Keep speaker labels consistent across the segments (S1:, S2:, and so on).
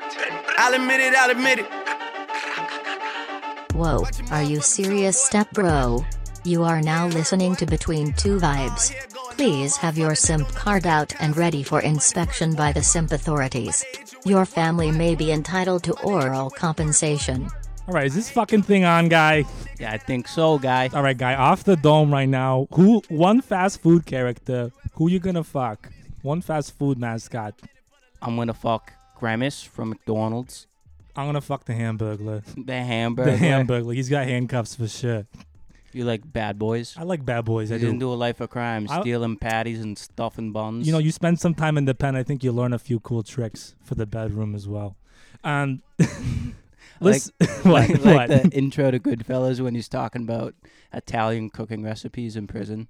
S1: I'll admit it, I'll admit it.
S2: Whoa, are you serious, step bro? You are now listening to Between Two Vibes. Please have your simp card out and ready for inspection by the simp authorities. Your family may be entitled to oral compensation.
S3: All right, is this fucking thing on, guy?
S4: Yeah, I think so, guy.
S3: All right, guy, off the dome right now. Who one fast food character? Who you gonna fuck? One fast food mascot.
S4: I'm gonna fuck Grimace from McDonald's.
S3: I'm gonna fuck the Hamburglar.
S4: The hamburger.
S3: The Hamburglar. He's got handcuffs for sure.
S4: You like bad boys?
S3: I like bad boys. I
S4: You didn't
S3: do.
S4: do a life of crime,
S3: I-
S4: stealing patties and stuffing buns.
S3: You know, you spend some time in the pen. I think you learn a few cool tricks for the bedroom as well. Um, let's
S4: like,
S3: what what?
S4: like the intro to Goodfellas when he's talking about Italian cooking recipes in prison.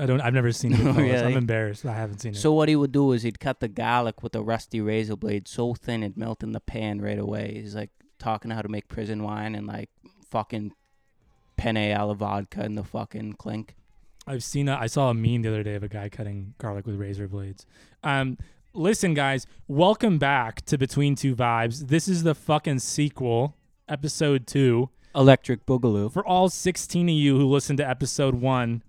S3: I don't. I've never seen
S4: Oh,
S3: it.
S4: Really?
S3: I'm embarrassed. I haven't seen it.
S4: So what he would do is he'd cut the garlic with a rusty razor blade so thin it'd melt in the pan right away. He's like talking how to make prison wine and like fucking penne alla vodka in the fucking clink.
S3: I've seen. A, I saw a meme the other day of a guy cutting garlic with razor blades. Um, listen, guys, welcome back to Between Two Vibes. This is the fucking sequel, episode two.
S4: Electric Boogaloo.
S3: For all 16 of you who listened to episode one,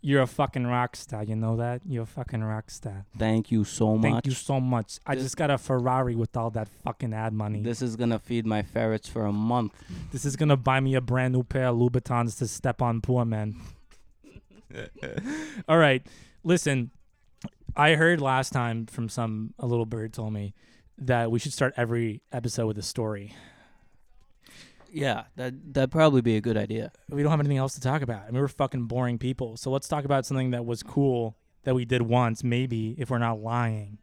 S3: you're a fucking rock star. You know that? You're a fucking rock star.
S4: Thank you so much.
S3: Thank you so much. I
S4: This-
S3: just got a Ferrari with all that fucking ad money. This,
S4: This is gonna feed my ferrets for a month.
S3: is gonna buy me a brand new pair of Louboutins to step on poor men. all right, listen. I heard last time from some a little bird told me that we should start every episode with a story.
S4: Yeah, that that'd probably be a good idea.
S3: We don't have anything else to talk about. and we were fucking boring people. So let's talk about something that was cool that we did once, maybe if we're not lying.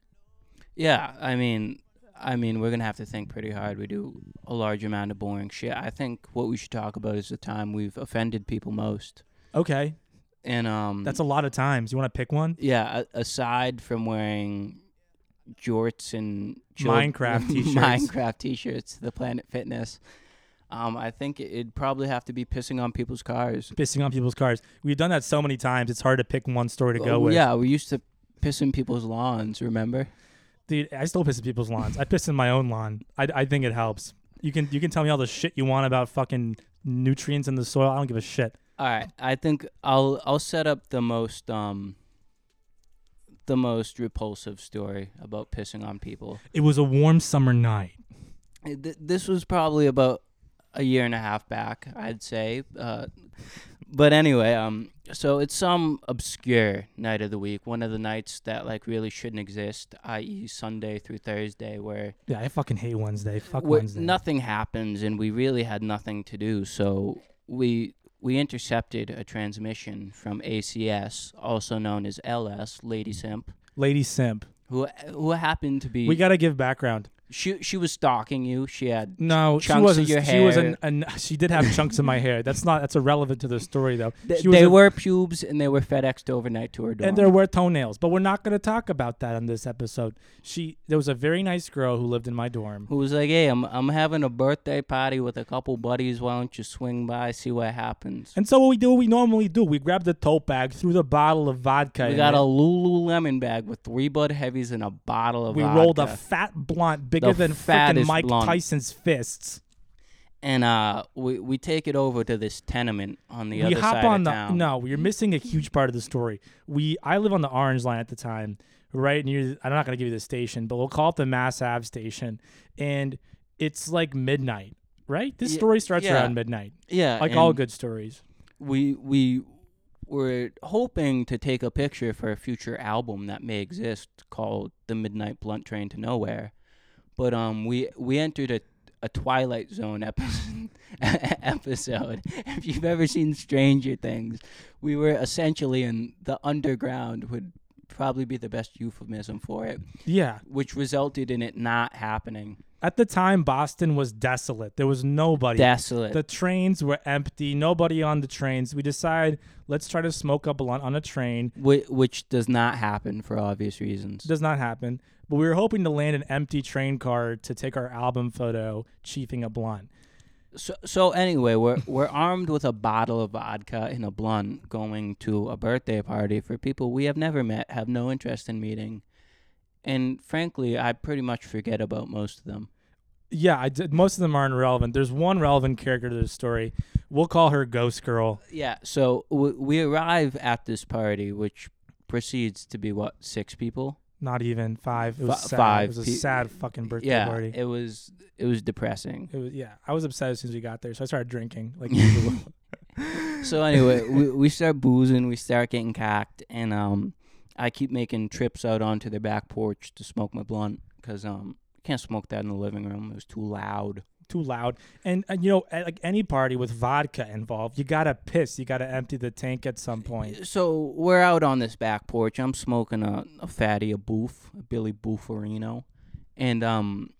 S4: Yeah, I mean, I mean, we're gonna have to think pretty hard. We do a large amount of boring shit. I think what we should talk about is the time we've offended people most.
S3: Okay,
S4: And um,
S3: that's a lot of times. You want to pick one?
S4: yeah. a- Aside from wearing jorts and chil-
S3: Minecraft t-shirts.
S4: Minecraft t-shirts, the Planet Fitness. Um, I think it'd probably have to be pissing on people's cars.
S3: Pissing on people's cars. We've done that so many times. It's hard to pick one story to go with.
S4: Oh, Yeah, we used to piss in people's lawns. Remember?
S3: Dude, I still piss in people's lawns. I piss in my own lawn. I, I think it helps. You can you can tell me all the shit you want about fucking nutrients in the soil. I don't give a shit.
S4: All right, I think I'll I'll set up the most um the most repulsive story about pissing on people.
S3: It was a warm summer night.
S4: Uh, th- This was probably about a year and a half back, I'd say. Uh, but anyway, um, so it's some obscure night of the week, one of the nights that like really shouldn't exist, i.e., Sunday through Thursday, where
S3: Yeah, I fucking hate Wednesday. Fuck
S4: where
S3: Wednesday.
S4: nothing happens and we really had nothing to do so we we intercepted a transmission from ACS also known as LS Lady Simp
S3: Lady Simp.
S4: who who happened to be
S3: We gotta give background.
S4: she she was stalking you she had
S3: No,
S4: Chunks
S3: she
S4: of
S3: wasn't.
S4: your
S3: She was an,
S4: hair.
S3: an. She did have chunks in my hair. That's not. That's irrelevant to the story though.
S4: th-
S3: She was
S4: they
S3: a-
S4: were pubes and they were FedExed overnight to her dorm
S3: and there were toenails, but we're not gonna talk about that on this episode. She. There was a very nice girl who lived in my dorm.
S4: who was like hey I'm I'm having a birthday party with a couple buddies why don't you swing by see what happens
S3: And so we do what we normally do. We grab the tote bag, threw the bottle of vodka.
S4: we
S3: in
S4: got
S3: it.
S4: a Lululemon bag with three Bud Heavies and a bottle of
S3: We
S4: vodka.
S3: rolled a fat blunt bigger
S4: The
S3: than freaking
S4: fattest
S3: Mike
S4: blunt.
S3: Tyson's fists.
S4: and uh, we we take it over to this tenement on the
S3: we
S4: other
S3: hop
S4: side
S3: on
S4: of
S3: the
S4: town.
S3: no. We're missing a huge part of the story. We I live on the Orange Line at the time, right near. I'm not gonna give you the station, but we'll call it the Mass Ave station, and it's like midnight, right? This
S4: Ye-
S3: story starts
S4: yeah.
S3: around midnight,
S4: yeah,
S3: like all
S4: and
S3: good stories.
S4: We we were hoping to take a picture for a future album that may exist called "The Midnight Blunt Train to Nowhere," but um, we we entered a a Twilight Zone episode. episode. If you've ever seen Stranger Things, we were essentially in the underground. Would probably be the best euphemism for it,
S3: Yeah,
S4: which resulted in it not happening.
S3: at the time Boston was desolate. There was nobody.
S4: Desolate.
S3: The trains were empty. Nobody on the trains. We decide let's try to smoke a blunt on a train.
S4: Which, which does not happen for obvious reasons.
S3: Does not happen. But we were hoping to land an empty train car to take our album photo, chiefing a blunt.
S4: So, so anyway, we're we're armed with a bottle of vodka and a blunt, going to a birthday party for people we have never met, have no interest in meeting, and frankly, I pretty much forget about most of them.
S3: Yeah, I did. Most of them aren't relevant. There's one relevant character to the story. We'll call her Ghost Girl.
S4: Yeah. So w- we arrive at this party, which proceeds to be what six people.
S3: Not even five. It was
S4: Fi-
S3: sad.
S4: five
S3: It was a
S4: pe-
S3: sad fucking birthday
S4: yeah.
S3: party.
S4: It was it was depressing.
S3: It was yeah. I was upset as soon as we got there, so I started drinking. Like usual.
S4: So anyway, we we start boozing, we start getting cocked, and um, I keep making trips out onto the back porch to smoke my blunt because um, can't smoke that in the living room. It was too loud.
S3: too loud. And, and you know, at, like any party with vodka involved, you gotta piss. You gotta empty the tank at some point.
S4: So we're out on this back porch. I'm smoking a, a fatty, a boof, a Billy Booferino, and um,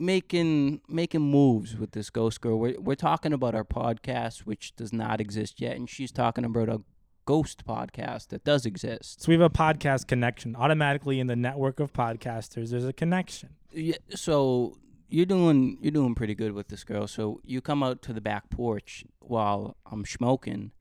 S4: making making moves with this ghost girl. We're we're talking about our podcast, which does not exist yet, and she's talking about a ghost podcast that does exist.
S3: So we have a podcast connection automatically in the network of podcasters. There's a connection.
S4: Yeah, so you're doing you're doing pretty good with this girl. So you come out to the back porch while I'm smoking.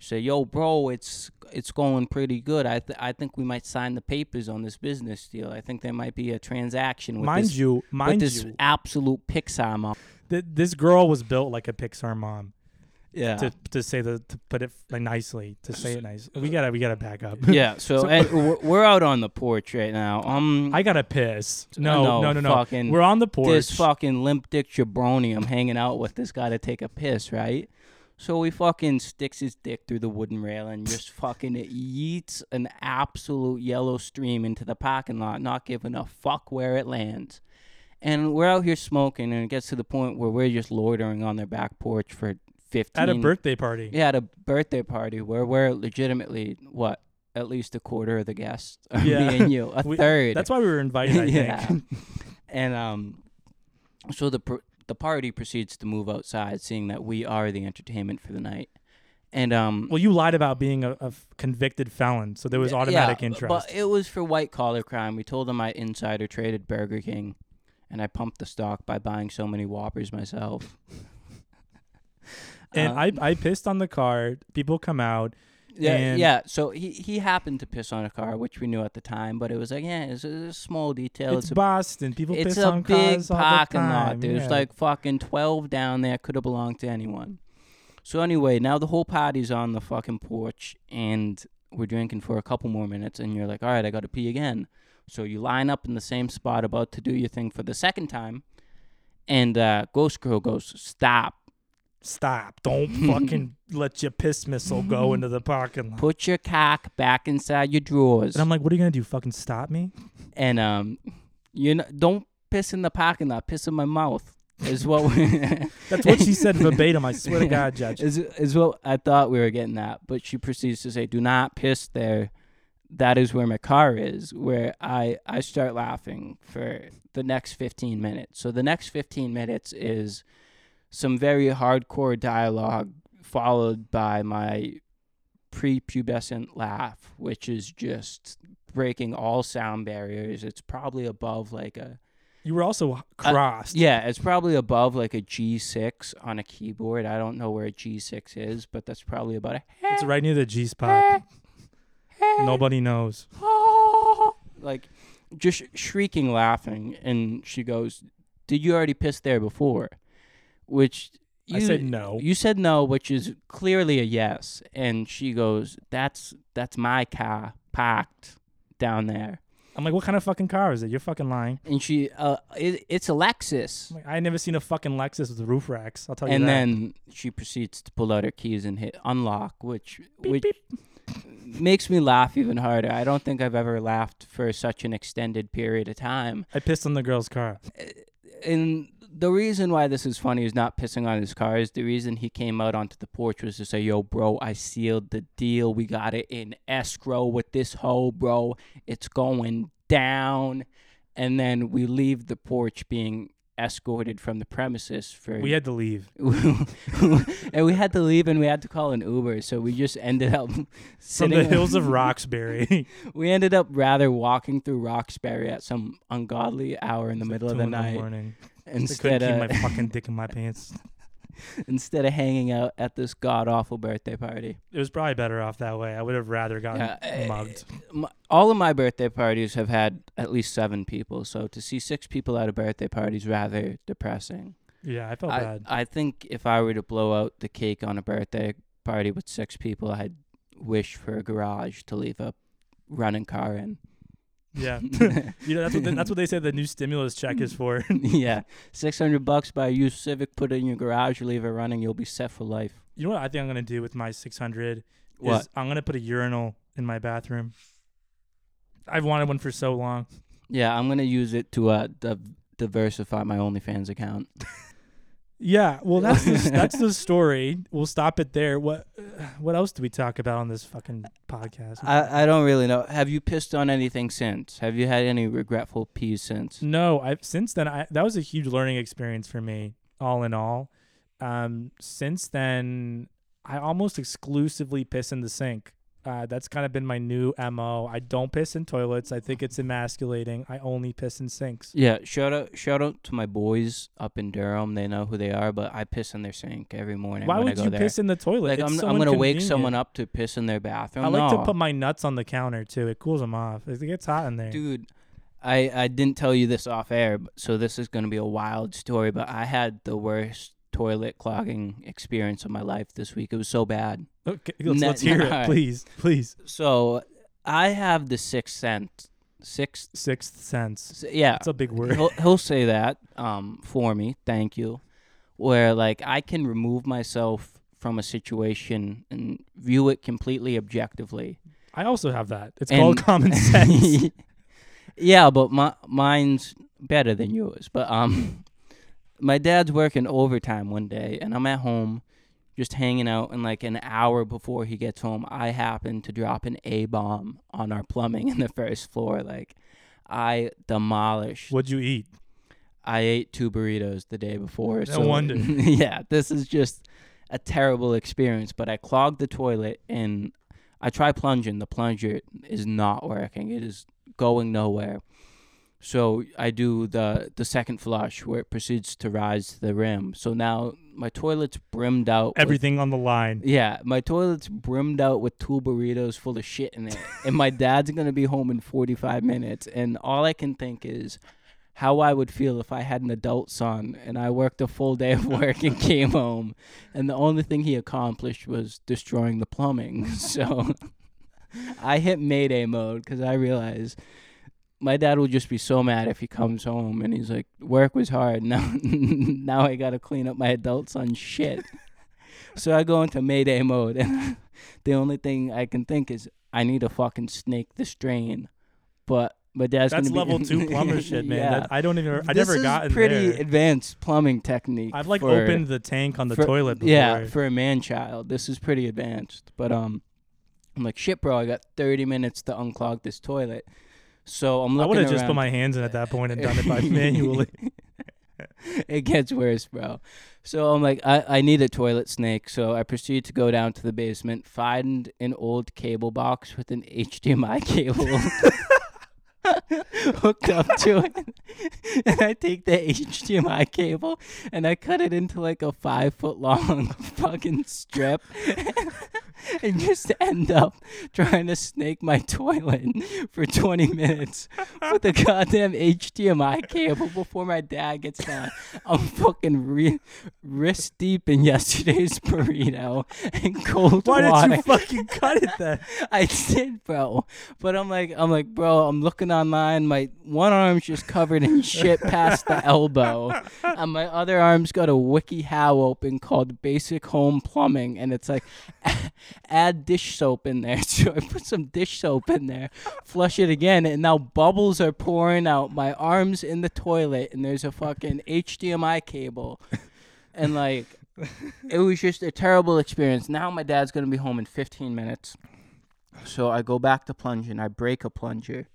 S4: Say, yo, bro, it's it's going pretty good. I th- I think we might sign the papers on this business deal. I think there might be a transaction with
S3: mind
S4: this,
S3: you,
S4: with
S3: mind
S4: this
S3: you,
S4: absolute Pixar mom.
S3: th- this girl was built like a Pixar mom.
S4: Yeah,
S3: To, to say the to put it like nicely to say it nice. We gotta we gotta back up.
S4: yeah. So, hey, we're- we're out on the porch right now. Um,
S3: I gotta piss. No,
S4: No,
S3: no, no, no.
S4: fucking-
S3: We're on the porch.
S4: this fucking limp dick jabroni I'm hanging out with this guy to take a piss, right? So he fucking sticks his dick through the wooden rail and just fucking yeets an absolute yellow stream into the parking lot, not giving a fuck where it lands. And we're out here smoking, and it gets to the point where we're just loitering on their back porch for 15
S3: at a birthday party.
S4: yeah, at a birthday party where we're legitimately, what, at least a quarter of the guests are
S3: Yeah.
S4: me and you, a
S3: We-
S4: third
S3: That's why we were invited. I think.
S4: and um, so the pr- the party proceeds to move outside, seeing that we are the entertainment for the night. And um,
S3: Well, you lied about being a, a f- convicted felon, so there was
S4: yeah,
S3: automatic
S4: but-
S3: interest.
S4: But it was for white collar crime. We told them I insider traded Burger King, and I pumped the stock by buying so many Whoppers myself.
S3: and
S4: Um,
S3: I, I pissed on the car. People come out.
S4: Yeah,
S3: And-
S4: yeah. So he, he happened to piss on a car, which we knew at the time, but it was like, yeah, it's a, it's a small detail.
S3: It's,
S4: It's, a
S3: Boston. People
S4: it's
S3: piss
S4: a
S3: on
S4: big
S3: cars all the
S4: parking
S3: time.
S4: lot, dude. There's
S3: yeah.
S4: like fucking twelve down there. Could have belonged to anyone. So anyway, now the whole party's on the fucking porch, and we're drinking for a couple more minutes, and you're like, all right, I got to pee again. So you line up in the same spot, about to do your thing for the second time, and uh, Ghost Girl goes, stop,
S3: stop. Don't fucking let your piss missile go into the parking lot.
S4: put your cock back inside your drawers,
S3: And I'm like, what are you gonna do? Fucking stop me?
S4: and um, you know, don't piss in the parking lot, piss in my mouth. Is what we
S3: That's what she said verbatim. I swear to God, Judge.
S4: is is what I thought we were getting at. But she proceeds to say, "Do not piss there. That is where my car is." Where I I start laughing for the next fifteen minutes. So the next fifteen minutes is some very hardcore dialogue followed by my prepubescent laugh, which is just breaking all sound barriers. It's probably above like a
S3: You were also crossed.
S4: Uh, yeah, it's probably above like a G6 on a keyboard. I don't know where a G6 is, but that's probably about a
S3: It's right near the G spot. Nobody knows.
S4: like just shrieking laughing and she goes, "Did you already piss there before?" Which you
S3: I said no.
S4: You said no, which is clearly a yes. And she goes, "That's that's my car parked down there."
S3: I'm like, what kind of fucking car is it? You're fucking lying.
S4: And she uh it, it's a Lexus.
S3: I'm like, I had never seen a fucking Lexus with roof racks. I'll tell you
S4: and
S3: that.
S4: then she proceeds to pull out her keys and hit unlock, which which makes me laugh even harder. I don't think I've ever laughed for such an extended period of time.
S3: I pissed on the girl's car.
S4: And the reason why this is funny is not pissing on his car is the reason he came out onto the porch was to say, "Yo, bro, I sealed the deal. We got it in escrow with this hoe, bro. It's going down." And then we leave the porch being escorted from the premises for
S3: We had to leave.
S4: and we had to leave and we had to call an Uber. So we just ended up
S3: From
S4: sitting.
S3: the hills of Roxbury.
S4: We ended up rather walking through Roxbury at some ungodly hour in the middle of
S3: Two
S4: the
S3: in
S4: night
S3: morning. I
S4: instead uh,
S3: couldn't
S4: of
S3: keep my fucking dick in my pants.
S4: instead of hanging out at this god awful birthday party.
S3: It was probably better off that way. I would have rather gotten
S4: Yeah, eh,
S3: mugged.
S4: My, all of my birthday parties have had at least seven people, so to see six people at a birthday party is rather depressing.
S3: Yeah, I felt
S4: I,
S3: bad.
S4: I think if I were to blow out the cake on a birthday party with six people, I'd wish for a garage to leave a running car in.
S3: Yeah, you know that's what they, that's what they say the new stimulus check is for.
S4: yeah, six hundred bucks buy a used Civic, put it in your garage, leave it running, you'll be set for life.
S3: you know what I think I'm gonna do with my 600
S4: What?
S3: is I'm gonna put a urinal in my bathroom. I've wanted one for so long.
S4: Yeah, I'm gonna use it to uh div- diversify my OnlyFans account.
S3: Yeah, well that's the, that's the story. We'll stop it there. What what else do we talk about on this fucking podcast?
S4: I I don't really know. Have you pissed on anything since? Have you had any regretful peas since?
S3: No, I've since then I that was a huge learning experience for me, all in all. Um since then I almost exclusively piss in the sink. Uh, that's kind of been my new MO. I don't piss in toilets. I think it's emasculating. I only piss in sinks.
S4: Yeah, shout out shout out to my boys up in Durham. They know who they are, but I piss in their sink every morning.
S3: Why
S4: when I
S3: would
S4: go
S3: you
S4: there.
S3: piss in the toilet?
S4: Like
S3: It's
S4: I'm,
S3: so
S4: I'm gonna wake someone
S3: inconvenient.
S4: up to piss in their bathroom.
S3: I like
S4: No.
S3: to put my nuts on the counter too. It cools them off. It gets hot in there.
S4: dude. I I didn't tell you this off air, but, so this is gonna be a wild story. But I had the worst toilet clogging experience of my life this week. It was so bad.
S3: Okay, let's,
S4: Nah,
S3: let's hear
S4: nah.
S3: it, please, please.
S4: So I have the sixth sense. Sixth,
S3: Sixth sense.
S4: yeah.
S3: That's a big word.
S4: he'll, he'll say that um, for me. Thank you. Where like I can remove myself from a situation and view it completely objectively.
S3: I also have that. It's
S4: And-
S3: called common sense.
S4: yeah, but my mine's better than yours. But um, my dad's working overtime one day, and I'm at home, just hanging out. And like an hour before he gets home, I happen to drop an A bomb on our plumbing in the first floor. Like, I demolished.
S3: What'd you eat?
S4: I ate two burritos the day before. No
S3: wonder.
S4: yeah, this is just a terrible experience. But I clogged the toilet and I try plunging. The plunger is not working. It is going nowhere. So I do the the second flush where it proceeds to rise to the rim. So now my toilet's brimmed out. with-
S3: Everything on the line.
S4: yeah, my toilet's brimmed out with two burritos full of shit in it. and my dad's going to be home in 45 minutes. And all I can think is how I would feel if I had an adult son and I worked a full day of work and came home. And the only thing he accomplished was destroying the plumbing. So I hit Mayday mode because I realized. My dad will just be so mad if he comes home and he's like, "Work was hard. Now, now I gotta clean up my adult son's shit." So I go into Mayday mode, and the only thing I can think is I need to fucking snake this drain. But my dad's
S3: That's
S4: gonna be-
S3: level two plumber shit, man.
S4: Yeah.
S3: That, I don't even. I
S4: This
S3: never
S4: is
S3: got
S4: pretty
S3: there.
S4: advanced plumbing technique.
S3: I've like
S4: for-
S3: opened the tank on the
S4: for-
S3: toilet before.
S4: Yeah, for a man child, this is pretty advanced. But um, I'm like shit, bro. I got 30 minutes to unclog this toilet. So I'm
S3: I
S4: looking
S3: would have just
S4: around.
S3: put my hands in at that point and done it by manually.
S4: it gets worse, bro. So I'm like, I, I need a toilet snake. So I proceed to go down to the basement, find an old cable box with an HDMI cable hooked up to it. And I take the HDMI cable and I cut it into like a five foot long fucking strip and just end up trying to snake my toilet for 20 minutes with a goddamn HDMI cable before my dad gets down. I'm fucking re- wrist deep in yesterday's burrito and cold
S3: Why
S4: water.
S3: did you fucking cut it then?
S4: I did, bro. But I'm like, I'm like, bro. I'm looking online. My one arm's just covered in shit past the elbow, and my other arm's got a wiki how open called Basic Home Plumbing, and it's like, add dish soap in there. So I put some dish soap in there, flush it again, and now bubbles are pouring out. My arms in the toilet, and there's a fucking HDMI cable, and like. It was just a terrible experience. Now my dad's gonna be home in 15 minutes. So I go back to plunging. I break a plunger.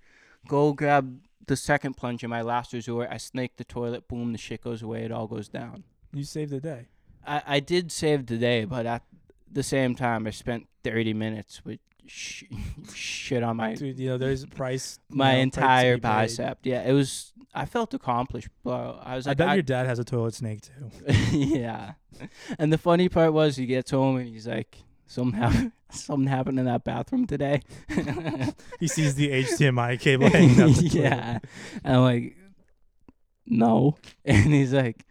S4: Go grab the second plunger, my last resort. I snake the toilet. Boom, the shit goes away. It all goes down.
S3: You saved the day.
S4: I, I did save the day, but at the same time, I spent 30 minutes with sh- shit on my
S3: Dude, you know, there's price. you
S4: my
S3: know, price to
S4: entire
S3: be paid.
S4: bicep. Yeah, it was. I felt accomplished, bro. I was
S3: I
S4: like,
S3: bet your dad has a toilet snake too.
S4: yeah. And the funny part was, he gets home and he's like, somehow something happened in that bathroom today.
S3: He sees the HDMI cable hanging up. The toilet.
S4: yeah. And I'm like, no. And he's like,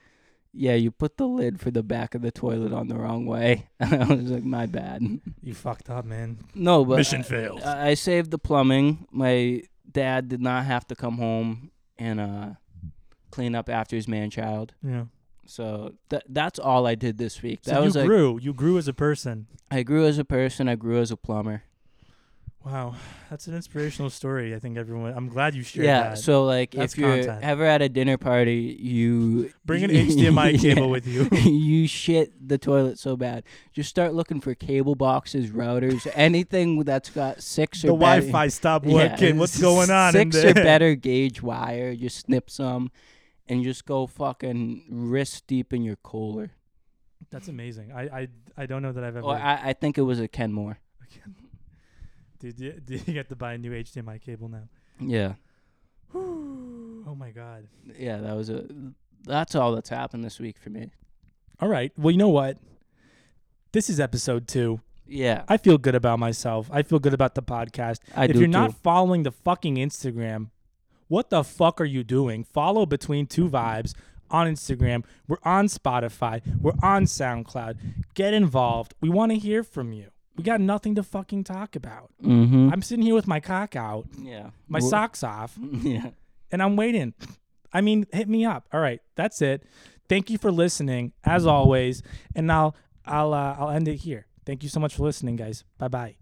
S4: yeah, you put the lid for the back of the toilet on the wrong way. And I was like, my bad.
S3: you fucked up, man.
S4: No, but
S3: Mission failed.
S4: I, I saved the plumbing. My dad did not have to come home and uh, clean up after his man child.
S3: yeah.
S4: So th- that's all I did this week.
S3: So
S4: that
S3: you
S4: was like
S3: grew. You grew as a person.
S4: I grew as a person. I grew as a plumber.
S3: Wow, that's an inspirational story. I think everyone. I'm glad you shared
S4: yeah.
S3: that.
S4: So like,
S3: That's
S4: if you're
S3: content.
S4: ever at a dinner party, you
S3: Bring an HDMI cable with you.
S4: you shit the toilet so bad. Just start looking for cable boxes, routers, anything that's got six
S3: the
S4: or better-
S3: Wi-Fi stopped
S4: Yeah,
S3: working. What's going on in
S4: Six
S3: there?
S4: or better gauge wire. Just snip some, and just go fucking wrist deep in your cooler.
S3: That's amazing. I, I I don't know that I've ever.
S4: Or I, I think it was a Kenmore.
S3: did, you, did you get to buy a new HDMI cable now?
S4: Yeah.
S3: Oh my god.
S4: Yeah. That was a. That's all that's happened this week for me.
S3: All right. Well, you know what? This is episode two.
S4: Yeah.
S3: I feel good about myself. I feel good about the podcast.
S4: I
S3: if
S4: do
S3: you're
S4: too.
S3: not following the fucking Instagram, what the fuck are you doing? Follow Between Two Vibes on Instagram. We're on Spotify. We're on SoundCloud. Get involved. We want to hear from you. We got nothing to fucking talk about.
S4: Mm-hmm.
S3: I'm sitting here with my cock out,
S4: yeah.
S3: my
S4: Wh-
S3: socks off,
S4: Yeah.
S3: and I'm waiting. I mean, hit me up. All right, that's it. Thank you for listening, as always, and I'll I'll uh, I'll end it here. Thank you so much for listening, guys. Bye bye.